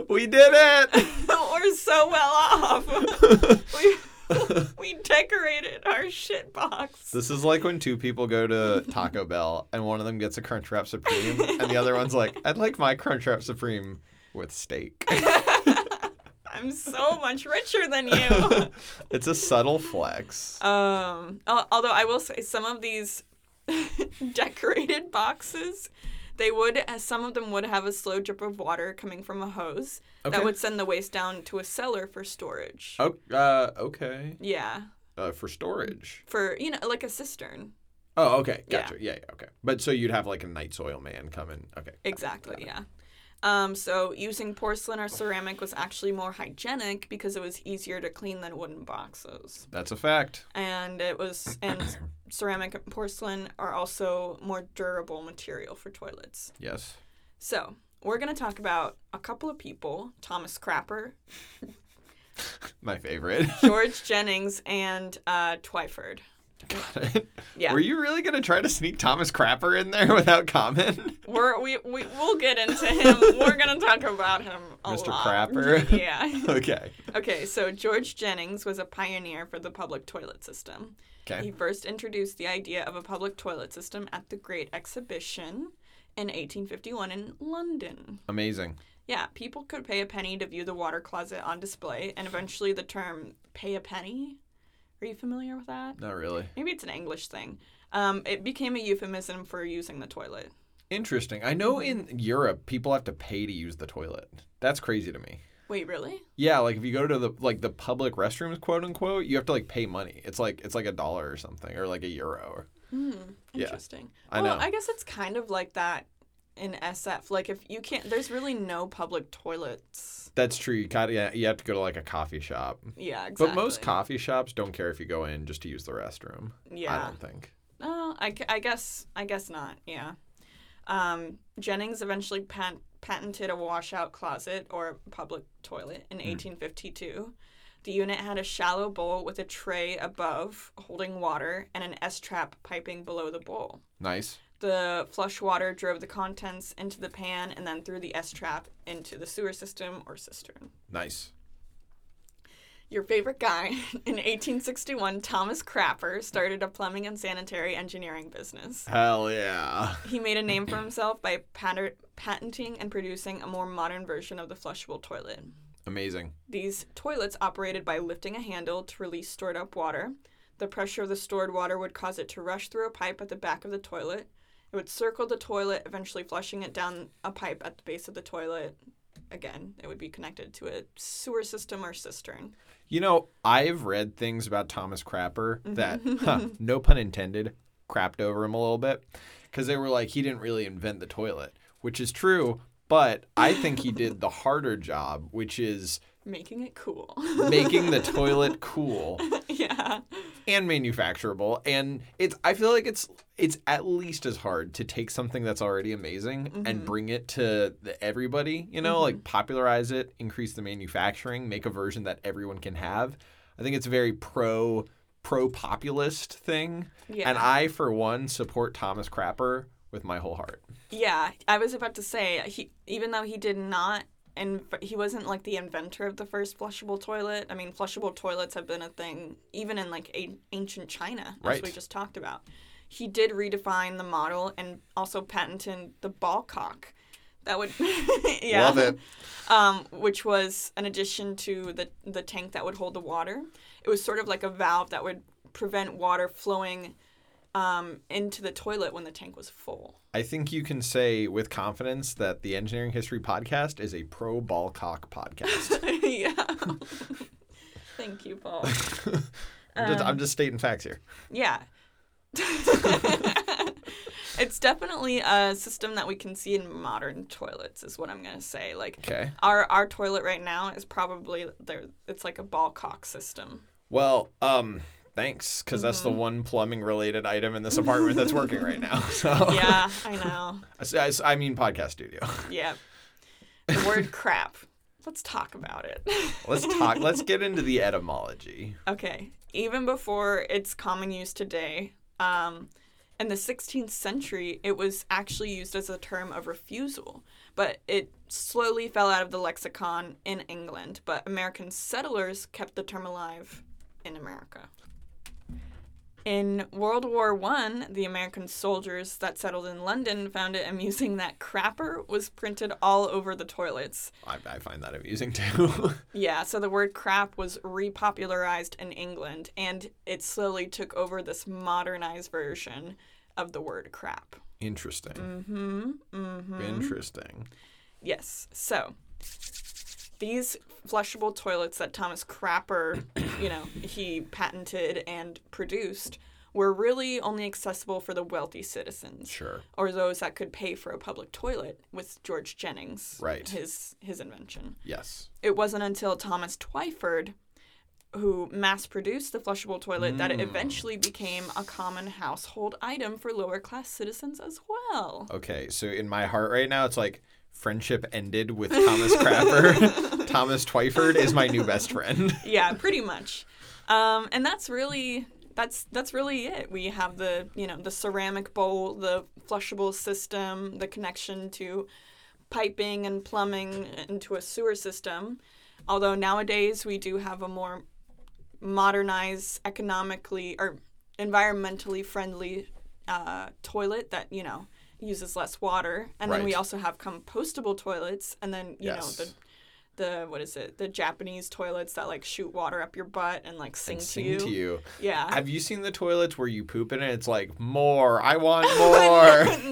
B: we did it.
A: We're so well off. we, we decorated our shit box.
B: This is like when two people go to Taco Bell and one of them gets a Crunchwrap Supreme and the other one's like, "I'd like my Crunchwrap Supreme with steak."
A: I'm so much richer than you.
B: it's a subtle flex.
A: Um, al- although I will say some of these decorated boxes, they would uh, some of them would have a slow drip of water coming from a hose
B: Okay.
A: that would send the waste down to a cellar for storage.
B: Oh, uh, okay.
A: Yeah,
B: Uh, for storage.
A: for you know like a cistern.
B: Oh, okay.
A: Yeah.
B: Gotcha. Yeah. yeah, okay. But so you'd have like a night soil man come in. Okay.
A: Exactly. Yeah. Um, so using porcelain or ceramic was actually more hygienic because it was easier to clean than wooden boxes.
B: That's a fact.
A: And it was and ceramic and porcelain are also more durable material for toilets.
B: Yes.
A: So, we're going to talk about a couple of people Thomas Crapper,
B: My favorite.
A: George Jennings, and uh, Twyford.
B: Got it.
A: Yeah.
B: Were you really gonna try to sneak Thomas Crapper in there without comment?
A: We're, we, we, we'll get into him. We're going to talk about him a
B: Mr.
A: lot.
B: Crapper.
A: Yeah.
B: okay.
A: Okay, so George Jennings was a pioneer for the public toilet system. He
B: Okay.
A: first introduced the idea of a public toilet system at the Great Exhibition in 1851 in London.
B: Amazing.
A: Yeah, people could pay a penny to view the water closet on display, and eventually the term pay a penny. Are you familiar with that?
B: Not really.
A: Maybe it's an English thing. Um, it became a euphemism for using the toilet.
B: Interesting. I know in Europe people have to pay to use the toilet. That's crazy to me.
A: Wait, really?
B: Yeah, like if you go to the like the public restrooms, quote unquote, you have to like pay money. It's like it's like a dollar or something, or like a euro. Yeah.
A: Interesting.
B: I
A: well,
B: know.
A: I guess it's kind of like that in SF. Like, if you can't, there's really no public toilets.
B: That's true. You kind of yeah, you have to go to like a coffee shop,
A: Yeah, exactly.
B: but most coffee shops don't care if you go in just to use the restroom. I
A: Yeah.
B: don't think.
A: No, I, gu- I guess I guess not. Yeah. Um, Jennings eventually pat- patented a washout closet or public toilet in 1852. The unit had a shallow bowl with a tray above holding water and an S trap piping below the bowl.
B: Nice.
A: The flush water drove the contents into the pan and then through the S trap into the sewer system or cistern.
B: Nice.
A: Your favorite guy in 1861, Thomas Crapper, started a plumbing and sanitary engineering business.
B: Hell yeah.
A: He made a name for himself by patter- patenting and producing a more modern version of the flushable toilet.
B: Amazing.
A: These toilets operated by lifting a handle to release stored up water. The pressure of the stored water would cause it to rush through a pipe at the back of the toilet. It would circle the toilet, eventually flushing it down a pipe at the base of the toilet. Again, it would be connected to a sewer system or cistern.
B: You know, I've read things about Thomas Crapper that, huh, no pun intended, crapped over him a little bit because they were like, he didn't really invent the toilet, which is true, but I think he did the harder job, which is
A: Making it cool.
B: making the toilet cool
A: yeah.
B: and manufacturable and it's i feel like it's it's at least as hard to take something that's already amazing and bring it to the, everybody you know like popularize it increase the manufacturing make a version that everyone can have i think it's a very pro pro populist thing
A: Yeah.
B: and i for one support thomas crapper with my whole heart
A: Yeah, I was about to say he, even though he did not, and he wasn't like the inventor of the first flushable toilet. I mean, flushable toilets have been a thing even in like a- ancient China, as
B: Right.
A: we just talked about. He did redefine the model and also patented the ball cock. That would, yeah,
B: Love it.
A: Um, which was an addition to the the tank that would hold the water. It was sort of like a valve that would prevent water flowing um, into the toilet when the tank was full.
B: i think you can say with confidence that the engineering history podcast is a pro ball cock podcast
A: yeah. Thank you, Paul.
B: I'm, just, I'm just stating facts here
A: Yeah. It's definitely a system that we can see in modern toilets, is what I'm gonna say. Like
B: Okay.
A: our our toilet right now is probably there. It's like a ball cock system.
B: Well, um, thanks, because that's
A: Mm-hmm.
B: the one plumbing related item in this apartment that's working right now. So
A: Yeah, I know.
B: I, I- I mean podcast studio.
A: Yeah. The word crap. Let's talk about it.
B: Let's talk. let's get into the etymology.
A: Okay. Even before its common use today, um, in the 16th century, it was actually used as a term of refusal, but it slowly fell out of the lexicon in England. But American settlers kept the term alive in America. In World War One, the American soldiers that settled in London found it amusing that crapper was printed all over the toilets.
B: I, I find that amusing too.
A: Yeah, so the word crap was repopularized in England and it slowly took over this modernized version of the word crap.
B: Interesting.
A: Mm-hmm. Mm-hmm.
B: Interesting.
A: Yes. So these flushable toilets that Thomas Crapper, you know, he patented and produced were really only accessible for the wealthy citizens
B: Sure.
A: or those that could pay for a public toilet with George Jennings,
B: Right.
A: his his invention
B: Yes.
A: it wasn't until Thomas Twyford who mass produced the flushable toilet that it eventually became a common household item for lower class citizens as well.
B: Okay. So in my heart right now, it's like friendship ended with Thomas Crapper. Thomas Twyford is my new best friend.
A: Yeah, pretty much. Um, and that's really that's that's really it. We have the, you know, the ceramic bowl, the flushable system, the connection to piping and plumbing into a sewer system. Although nowadays we do have a more modernized, economically or environmentally friendly uh, toilet that you know uses less water, and then we
B: Right.
A: also have compostable toilets, and then you
B: Yes.
A: know the the what is it the Japanese toilets that like shoot water up your butt and like sing, to,
B: Sing
A: you.
B: to you.
A: Yeah.
B: Have you seen the toilets where you poop in it? It's like more. I want more.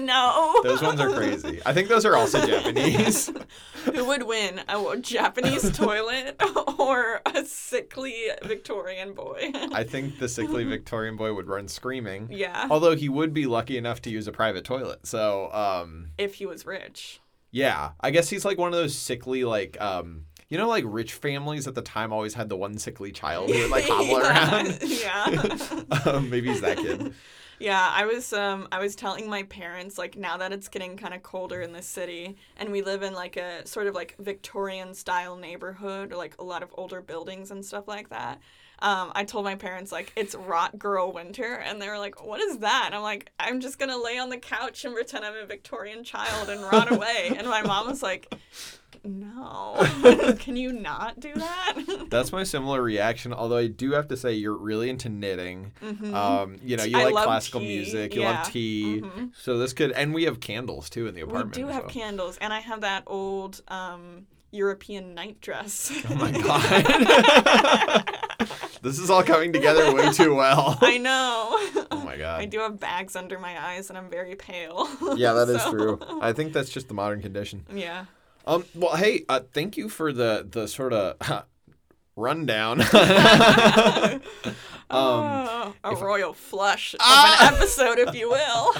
A: no.
B: those ones are crazy. I think those are also Japanese.
A: Who would win, a w- Japanese toilet or a sickly Victorian boy?
B: I think the sickly Victorian boy would run screaming.
A: Mm-hmm. yeah.
B: Although he would be lucky enough to use a private toilet. So, um,
A: If he was rich.
B: yeah, I guess he's like one of those sickly, like, um, you know, like rich families at the time always had the one sickly child who would like hobble around.
A: yeah. Yeah.
B: um, maybe he's that kid.
A: Yeah, I was um I was telling my parents like now that it's getting kind of colder in the city and we live in like a sort of like Victorian style neighborhood or like a lot of older buildings and stuff like that. Um, I told my parents like it's rot girl winter and they were like, "What is that?" And I'm like, "I'm just gonna lay on the couch and pretend I'm a Victorian child and rot away." And my mom was like, "No, can you not do that?"
B: That's my similar reaction. Although I do have to say, you're really into knitting.
A: Mhm.
B: Um, you know, you
A: I
B: like
A: love
B: classical
A: tea,
B: music. You
A: yeah.
B: love tea.
A: Mhm.
B: So this could, and we have candles too in the
A: We
B: apartment.
A: do have
B: so-
A: candles, and I have that old um, European night dress.
B: Oh my god. this is all coming together way too well.
A: I know.
B: Oh my
A: I
B: god.
A: do have bags under my eyes, and I'm very pale.
B: Yeah, that is
A: So,
B: true. I think that's just the modern condition.
A: Yeah.
B: Um well, hey, uh, thank you for the the sort of rundown. um
A: Oh, a royal flush
B: Ah!
A: of an episode, if you will.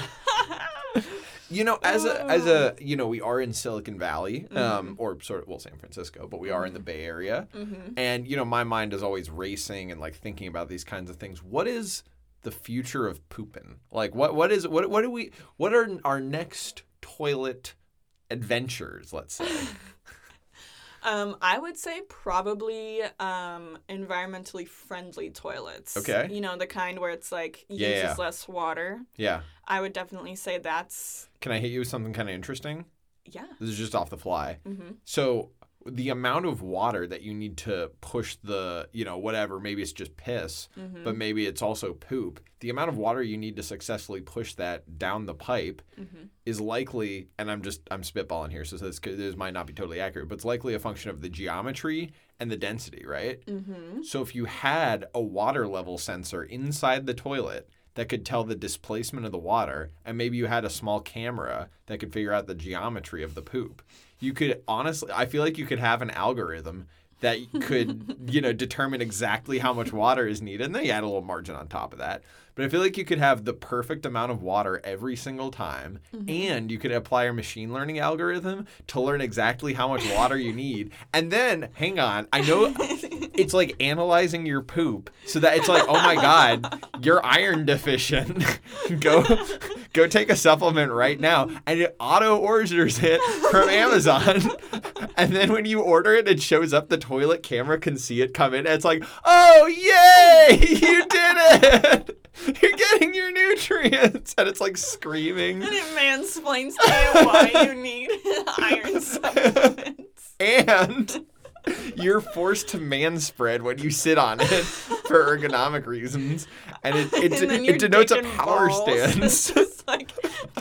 B: you know, as a as a, you know, we are in Silicon Valley um or sort of well, San Francisco, but we are in the Bay Area.
A: Mhm.
B: And you know, my mind is always racing and like thinking about these kinds of things. What is the future of pooping? Like what what is what what do we what are our next toilet adventures, let's say?
A: Um, I would say probably um, environmentally friendly toilets.
B: Okay.
A: You know, the kind where it's like
B: Yeah,
A: uses
B: yeah.
A: less water.
B: yeah.
A: I would definitely say that's,
B: Can I hit you with something kind of interesting?
A: yeah.
B: This is just off the fly.
A: Mm-hmm.
B: So the amount of water that you need to push the, you know, whatever, maybe it's just piss,
A: Mhm.
B: but maybe it's also poop. The amount of water you need to successfully push that down the pipe
A: Mhm.
B: is likely, and I'm just I'm spitballing here, so this, could- this might not be totally accurate, but it's likely a function of the geometry and the density, right?
A: Mm-hmm.
B: So if you had a water level sensor inside the toilet that could tell the displacement of the water, and maybe you had a small camera that could figure out the geometry of the poop, you could honestly, I feel like you could have an algorithm that could, you know, determine exactly how much water is needed. And then you add a little margin on top of that. But I feel like you could have the perfect amount of water every single time, and you could apply your machine learning algorithm to learn exactly how much water you need. And then, hang on, I know it's like analyzing your poop so that it's like, oh my god, you're iron deficient. go, go take a supplement right now, and it auto orders it from Amazon. and then when you order it, it shows up. The toilet camera can see it come in. And it's like, oh yay, you did it. You're getting your nutrients, and it's like screaming.
A: And it mansplains to you why you need iron supplements.
B: and you're forced to man spread when you sit on it for ergonomic reasons, and it it,
A: And then
B: it
A: your
B: denotes a
A: dick and
B: power
A: balls
B: stance.
A: is just like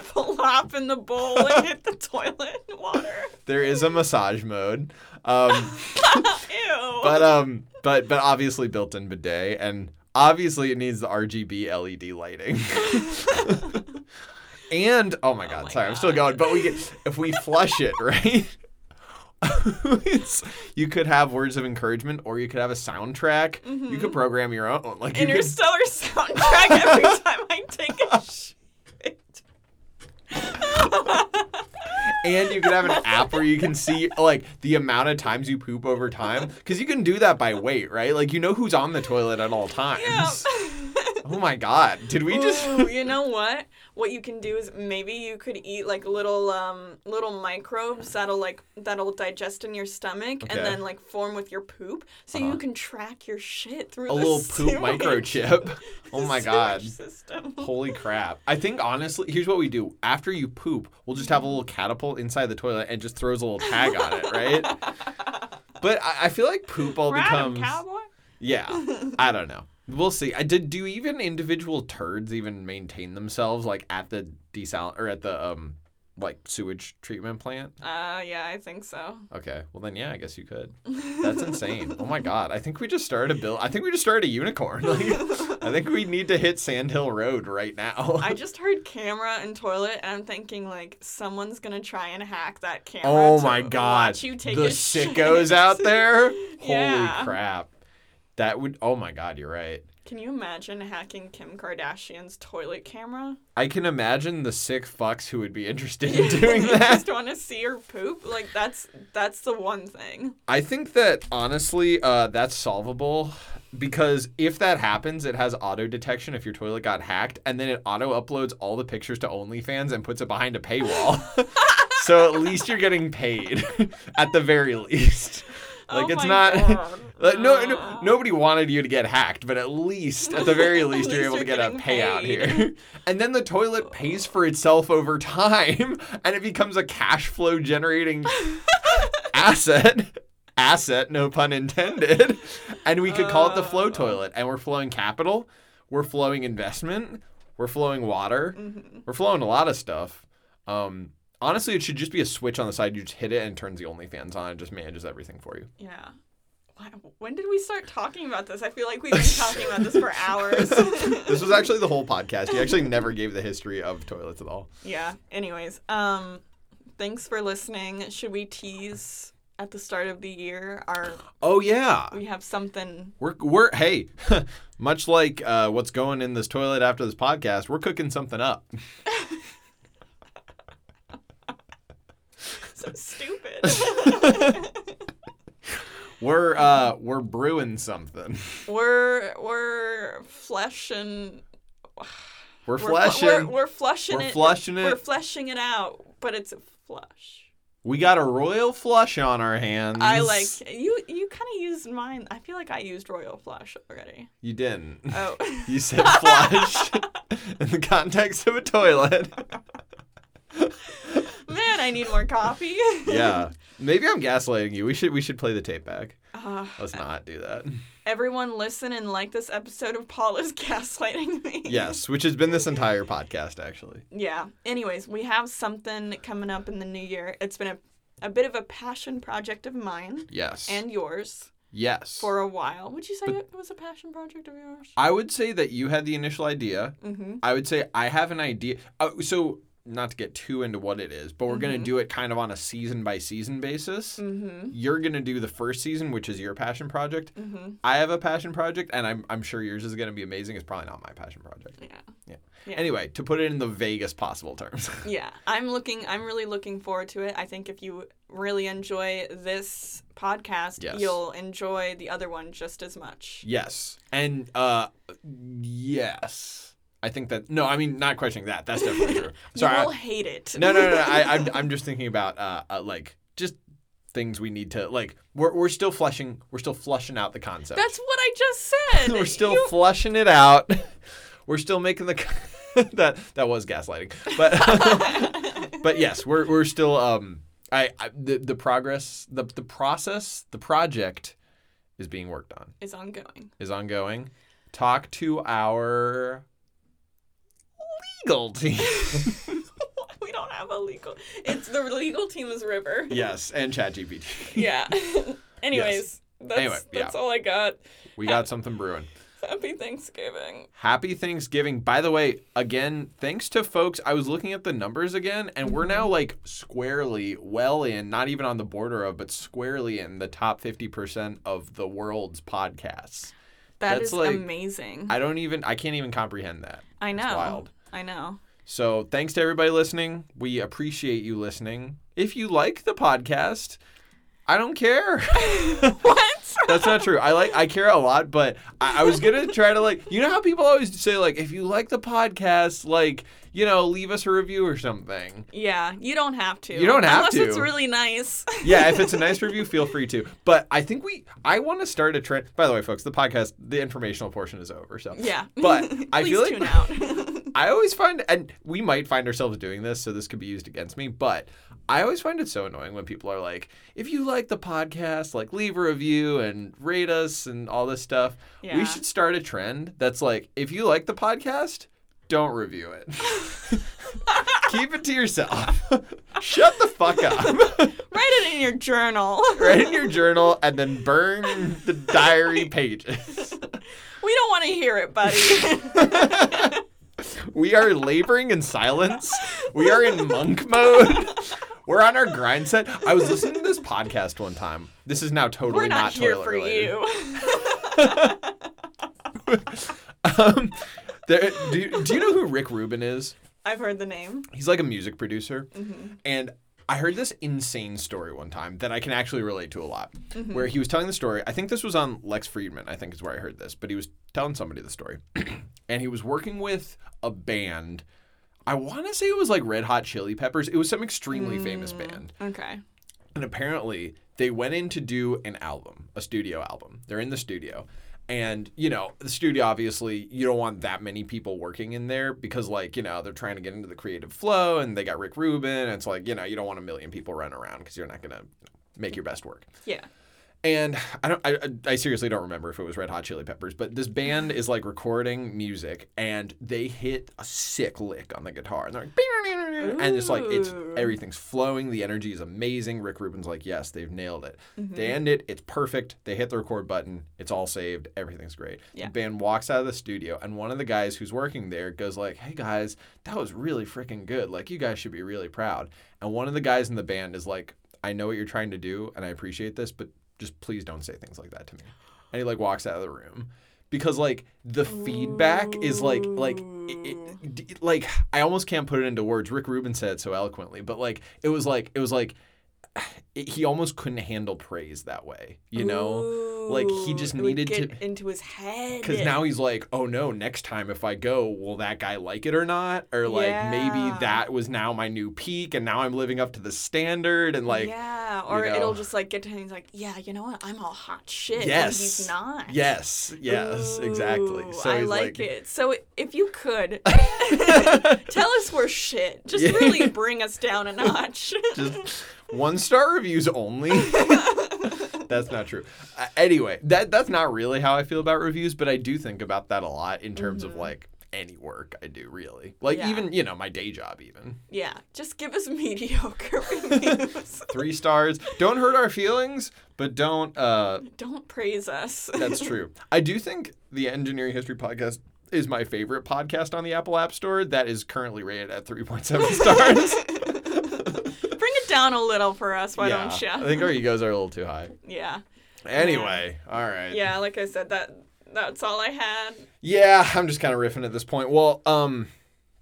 A: flop in the bowl and hit the toilet water.
B: There is a massage mode, um,
A: Ew.
B: but um, but but obviously built-in bidet, and obviously it needs the RGB LED E lighting. and oh my god,
A: my
B: sorry, I'm still going.
A: God.
B: But we get if we flush it right. it's, you could have words of encouragement, or you could have a soundtrack. You could program your own. Like you could
A: Interstellar soundtrack every time I take a shit.
B: And you can have an app where you can see like the amount of times you poop over time, because you can do that by weight, right? Like you know who's on the toilet at all times. Oh my god, did we just?
A: Ooh, you know what? What you can do is maybe you could eat like little um little microbes that'll like that'll digest in your stomach
B: Okay.
A: and then like form with your poop, so
B: Uh-huh.
A: you can track your shit through
B: a
A: the
B: little poop
A: sewage-
B: microchip. Oh my
A: sewage
B: god.
A: System.
B: Holy crap. I think honestly, here's what we do. After you poop, we'll just have a little catapult inside the toilet and just throws a little tag on it, right? But I, I feel like poop all
A: Right,
B: becomes.
A: cowboy.
B: Yeah, I don't know. We'll see. I did. Do even individual turds even maintain themselves like at the desal or at the um like sewage treatment plant?
A: Uh, yeah, I think so.
B: Okay. Well then, yeah, I guess you could. That's insane. oh my god. I think we just started a bill. I think we just started a unicorn. Like, I think we need to hit Sand Hill Road right now.
A: I just heard camera and toilet, and I'm thinking like someone's gonna try and hack that camera.
B: Oh
A: to
B: my god.
A: Watch you take
B: the
A: a shit.
B: sickos out there.
A: Yeah.
B: Holy crap. That would. Oh my god. You're right.
A: Can you imagine hacking Kim Kardashian's toilet camera?
B: I can imagine the sick fucks who would be interested in doing
A: you
B: that.
A: just want to see her poop. Like that's that's the one thing.
B: I think that honestly, uh, that's solvable because if that happens, it has auto detection if your toilet got hacked, and then it auto uploads all the pictures to OnlyFans and puts it behind a paywall. so at least you're getting paid, at the very least. Like
A: Oh
B: it's
A: my
B: not.
A: God. Uh,
B: like, no,
A: Ah.
B: no, nobody wanted you to get hacked, but at least, at the very least, you're
A: least
B: able to
A: you're
B: get a
A: getting
B: payout
A: paid.
B: here. And then the toilet pays for itself over time, and it becomes a cash flow generating asset asset no pun intended and we could call it the
A: Ah.
B: flow toilet and we're flowing capital we're flowing investment we're flowing water
A: Mm-hmm.
B: we're flowing a lot of stuff um honestly it should just be a switch on the side you just hit it and it turns the onlyfans on and just manages everything for you
A: Yeah. Why- When did we start talking about this? I feel like we've been talking about this for hours.
B: this was actually the whole podcast you actually never gave the history of toilets at all
A: yeah. Anyways, um, thanks for listening. Should we tease at the start of the year? Our
B: oh yeah
A: we have something.
B: we're, we're hey much like uh, what's going in this toilet after this podcast we're cooking something up
A: So stupid.
B: we're uh we're brewing something
A: we're we're fleshing.
B: We're
A: We're, fl-
B: fleshing.
A: we're, we're flushing
B: We're
A: it.
B: flushing
A: We're
B: it.
A: fleshing it out, but it's a flush.
B: we got a royal flush on our hands.
A: I like you. You kind of used mine. I feel like I used royal flush already.
B: You didn't.
A: Oh,
B: You said flush in the context of a toilet.
A: man, I need more coffee.
B: Yeah. Maybe I'm gaslighting you. We should we should play the tape back.
A: Uh,
B: Let's not do that.
A: everyone, listen and like this episode of Paula's gaslighting me.
B: Yes, which has been this entire podcast actually.
A: Yeah. Anyways, we have something coming up in the new year. It's been a, a bit of a passion project of mine
B: Yes.
A: and yours
B: yes.
A: for a while. Would you say it was a passion project of yours?
B: I would say that you had the initial idea.
A: Mm-hmm.
B: I would say I have an idea. Uh, so not to get too into what it is, but we're going to do it kind of on a season by season basis.
A: Mm-hmm.
B: You're going to do the first season, which is your passion project.
A: Mm-hmm.
B: I have a passion project, and I'm, I'm sure yours is going to be amazing. It's probably not my passion project.
A: Yeah. Yeah.
B: Anyway, to put it in the vaguest possible terms.
A: Yeah. I'm looking. I'm really looking forward to it. I think if you really enjoy this podcast,
B: Yes.
A: you'll enjoy the other one just as much.
B: yes. And uh, yes. I think that, no, I mean, not questioning that. That's definitely true. Sorry. I-
A: You'll hate it.
B: No, no, no. no. I, I'm, I'm just thinking about uh, uh, like just things we need to like. We're, we're still flushing. We're still flushing out the concept.
A: That's what I just said.
B: we're still
A: You-
B: flushing it out. We're still making the con- that that was gaslighting, but but yes, we're we're still um I, I the the progress the the process the project is being worked on
A: is ongoing.
B: is ongoing. Talk to our legal team.
A: we don't have a legal. It's the legal team is River.
B: yes, and ChatGPT.
A: Yeah. Anyways, that's
B: Anyway, yeah.
A: that's all I got.
B: We got something brewing.
A: Happy Thanksgiving.
B: Happy Thanksgiving. By the way, again, thanks to folks. I was looking at the numbers again, and we're now like squarely well in, not even on the border of, but squarely in the top 50% of the world's podcasts.
A: that's
B: That's like-
A: amazing. I,
B: I don't even, I can't even comprehend that.
A: know.
B: wild.
A: I know.
B: So thanks to everybody listening. We appreciate you listening. If you like the podcast, I don't care.
A: What?
B: That's not true. I like I care a lot, but I, I was gonna try to like you know how people always say like if you like the podcast, like you know leave us a review or something.
A: Yeah, you don't have to.
B: You don't have
A: Unless it's
B: to.
A: really nice.
B: Yeah, if it's a nice review, feel free to. But I think we I want to start a trend. By the way, folks, the podcast the informational portion is over. So
A: yeah.
B: But I
A: Please
B: feel like-
A: tune out.
B: I always find, and we might find ourselves doing this, so this could be used against me, but I always find it so annoying when people are like, if you like the podcast, like leave a review and rate us and all this stuff.
A: Yeah.
B: We should start a trend that's like, if you like the podcast, don't review it. Keep it to yourself. Shut the fuck up.
A: Write it in your journal.
B: Write in your journal and then burn the diary pages.
A: We don't want to hear it, buddy.
B: We are laboring in silence. We are in monk mode. We're on our grind set. I was listening to this podcast one time. This is now totally
A: We're not, here
B: toilet
A: for
B: related.
A: you.
B: Um, there, do, you- do you know who Rick Rubin is?
A: I've heard the name.
B: He's like a music producer.
A: Mm-hmm.
B: And I heard this insane story one time that I can actually relate to a lot.
A: Mm-hmm.
B: Where he was telling the story. I think this was on Lex Friedman, I think is where I heard this, but he was telling somebody the story. and he was working with a band. I want to say it was like Red Hot Chili Peppers. It was some extremely
A: Mm.
B: famous band.
A: Okay.
B: And apparently, they went in to do an album, a studio album. They're in the studio. And, you know, the studio, obviously, you don't want that many people working in there because, like, you know, they're trying to get into the creative flow and they got Rick Rubin. And it's like, you know, you don't want a million people running around because you're not going to make your best work.
A: Yeah.
B: And I don't, I, I- I seriously don't remember if it was Red Hot Chili Peppers, but this band is like recording music and they hit a sick lick on the guitar and they're like, and it's like, it's
A: Ooh.
B: everything's flowing. The energy is amazing. Rick Rubin's like, yes, they've nailed it. They end it. It's perfect. They hit the record button. It's all saved. Everything's great.
A: Yeah.
B: The band walks out of the studio and one of the guys who's working there goes like, hey guys, that was really freaking good. Like you guys should be really proud. And one of the guys in the band is like, I know what you're trying to do and I appreciate this, but just please don't say things like that to me. And he like walks out of the room because like the feedback is like like it, it- d- it- like I almost can't put it into words. Rick Rubin said it so eloquently, but like it was like it was like it, he almost couldn't handle praise that way, you know? like, he
A: Ooh,
B: just
A: it would
B: needed
A: get
B: to-
A: into his head.
B: Because now he's like, oh no, next time if I go, will that guy like it or not? Or like
A: Yeah.
B: maybe that was now my new peak and now I'm living up to the standard and like
A: yeah, or
B: know.
A: it'll just like get to him. He's like, yeah, you know what? I'm all hot shit. and
B: Yes.
A: he's not.
B: Yes, yes, exactly.
A: Ooh,
B: So
A: I
B: he's
A: like,
B: like,
A: it. So if you could tell us we're shit, just
B: Yeah.
A: really bring us down a notch.
B: just one star reviews only. that's not true. Uh, anyway, that that's not really how I feel about reviews, but I do think about that a lot in terms of like any work I do, really. Like
A: Mm-hmm. Yeah.
B: even you know my day job, even
A: yeah, just give us mediocre reviews.
B: three stars. Don't hurt our feelings, but don't. uh
A: Don't praise us.
B: That's true. I do think the engineering history podcast is my favorite podcast on the Apple App Store. That is currently rated at 3.7 stars.
A: Bring it down a little for us, why
B: yeah,
A: don't you?
B: I think our egos are a little too high.
A: yeah.
B: Anyway, all right.
A: Yeah, like I said, that that's all I had.
B: Yeah, I'm just kind of riffing at this point. Well, um,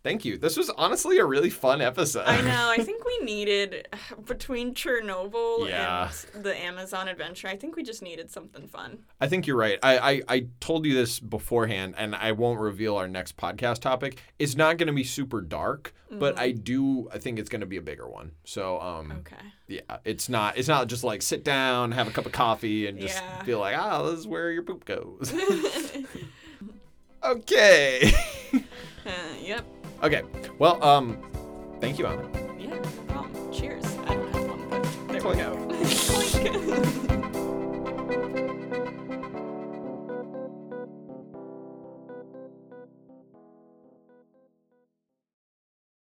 B: thank you. This was honestly a really fun episode.
A: I know. I think we needed between Chernobyl
B: Yeah.
A: and the Amazon adventure. I think we just needed something fun.
B: I think you're right. I, I, I told you this beforehand, and I won't reveal our next podcast topic. It's not going to be super dark, but I do. I think it's going to be a bigger one. So um,
A: Mm. Okay.
B: yeah, it's not. It's not just like sit down, have a cup of coffee, and just
A: Yeah.
B: feel like ah, this is where your poop goes. okay.
A: Uh, yep.
B: okay. Well, um, thank you, Anna.
A: Yeah. No problem. Cheers. I don't have one, but there we
B: Clink.
A: go. Clink.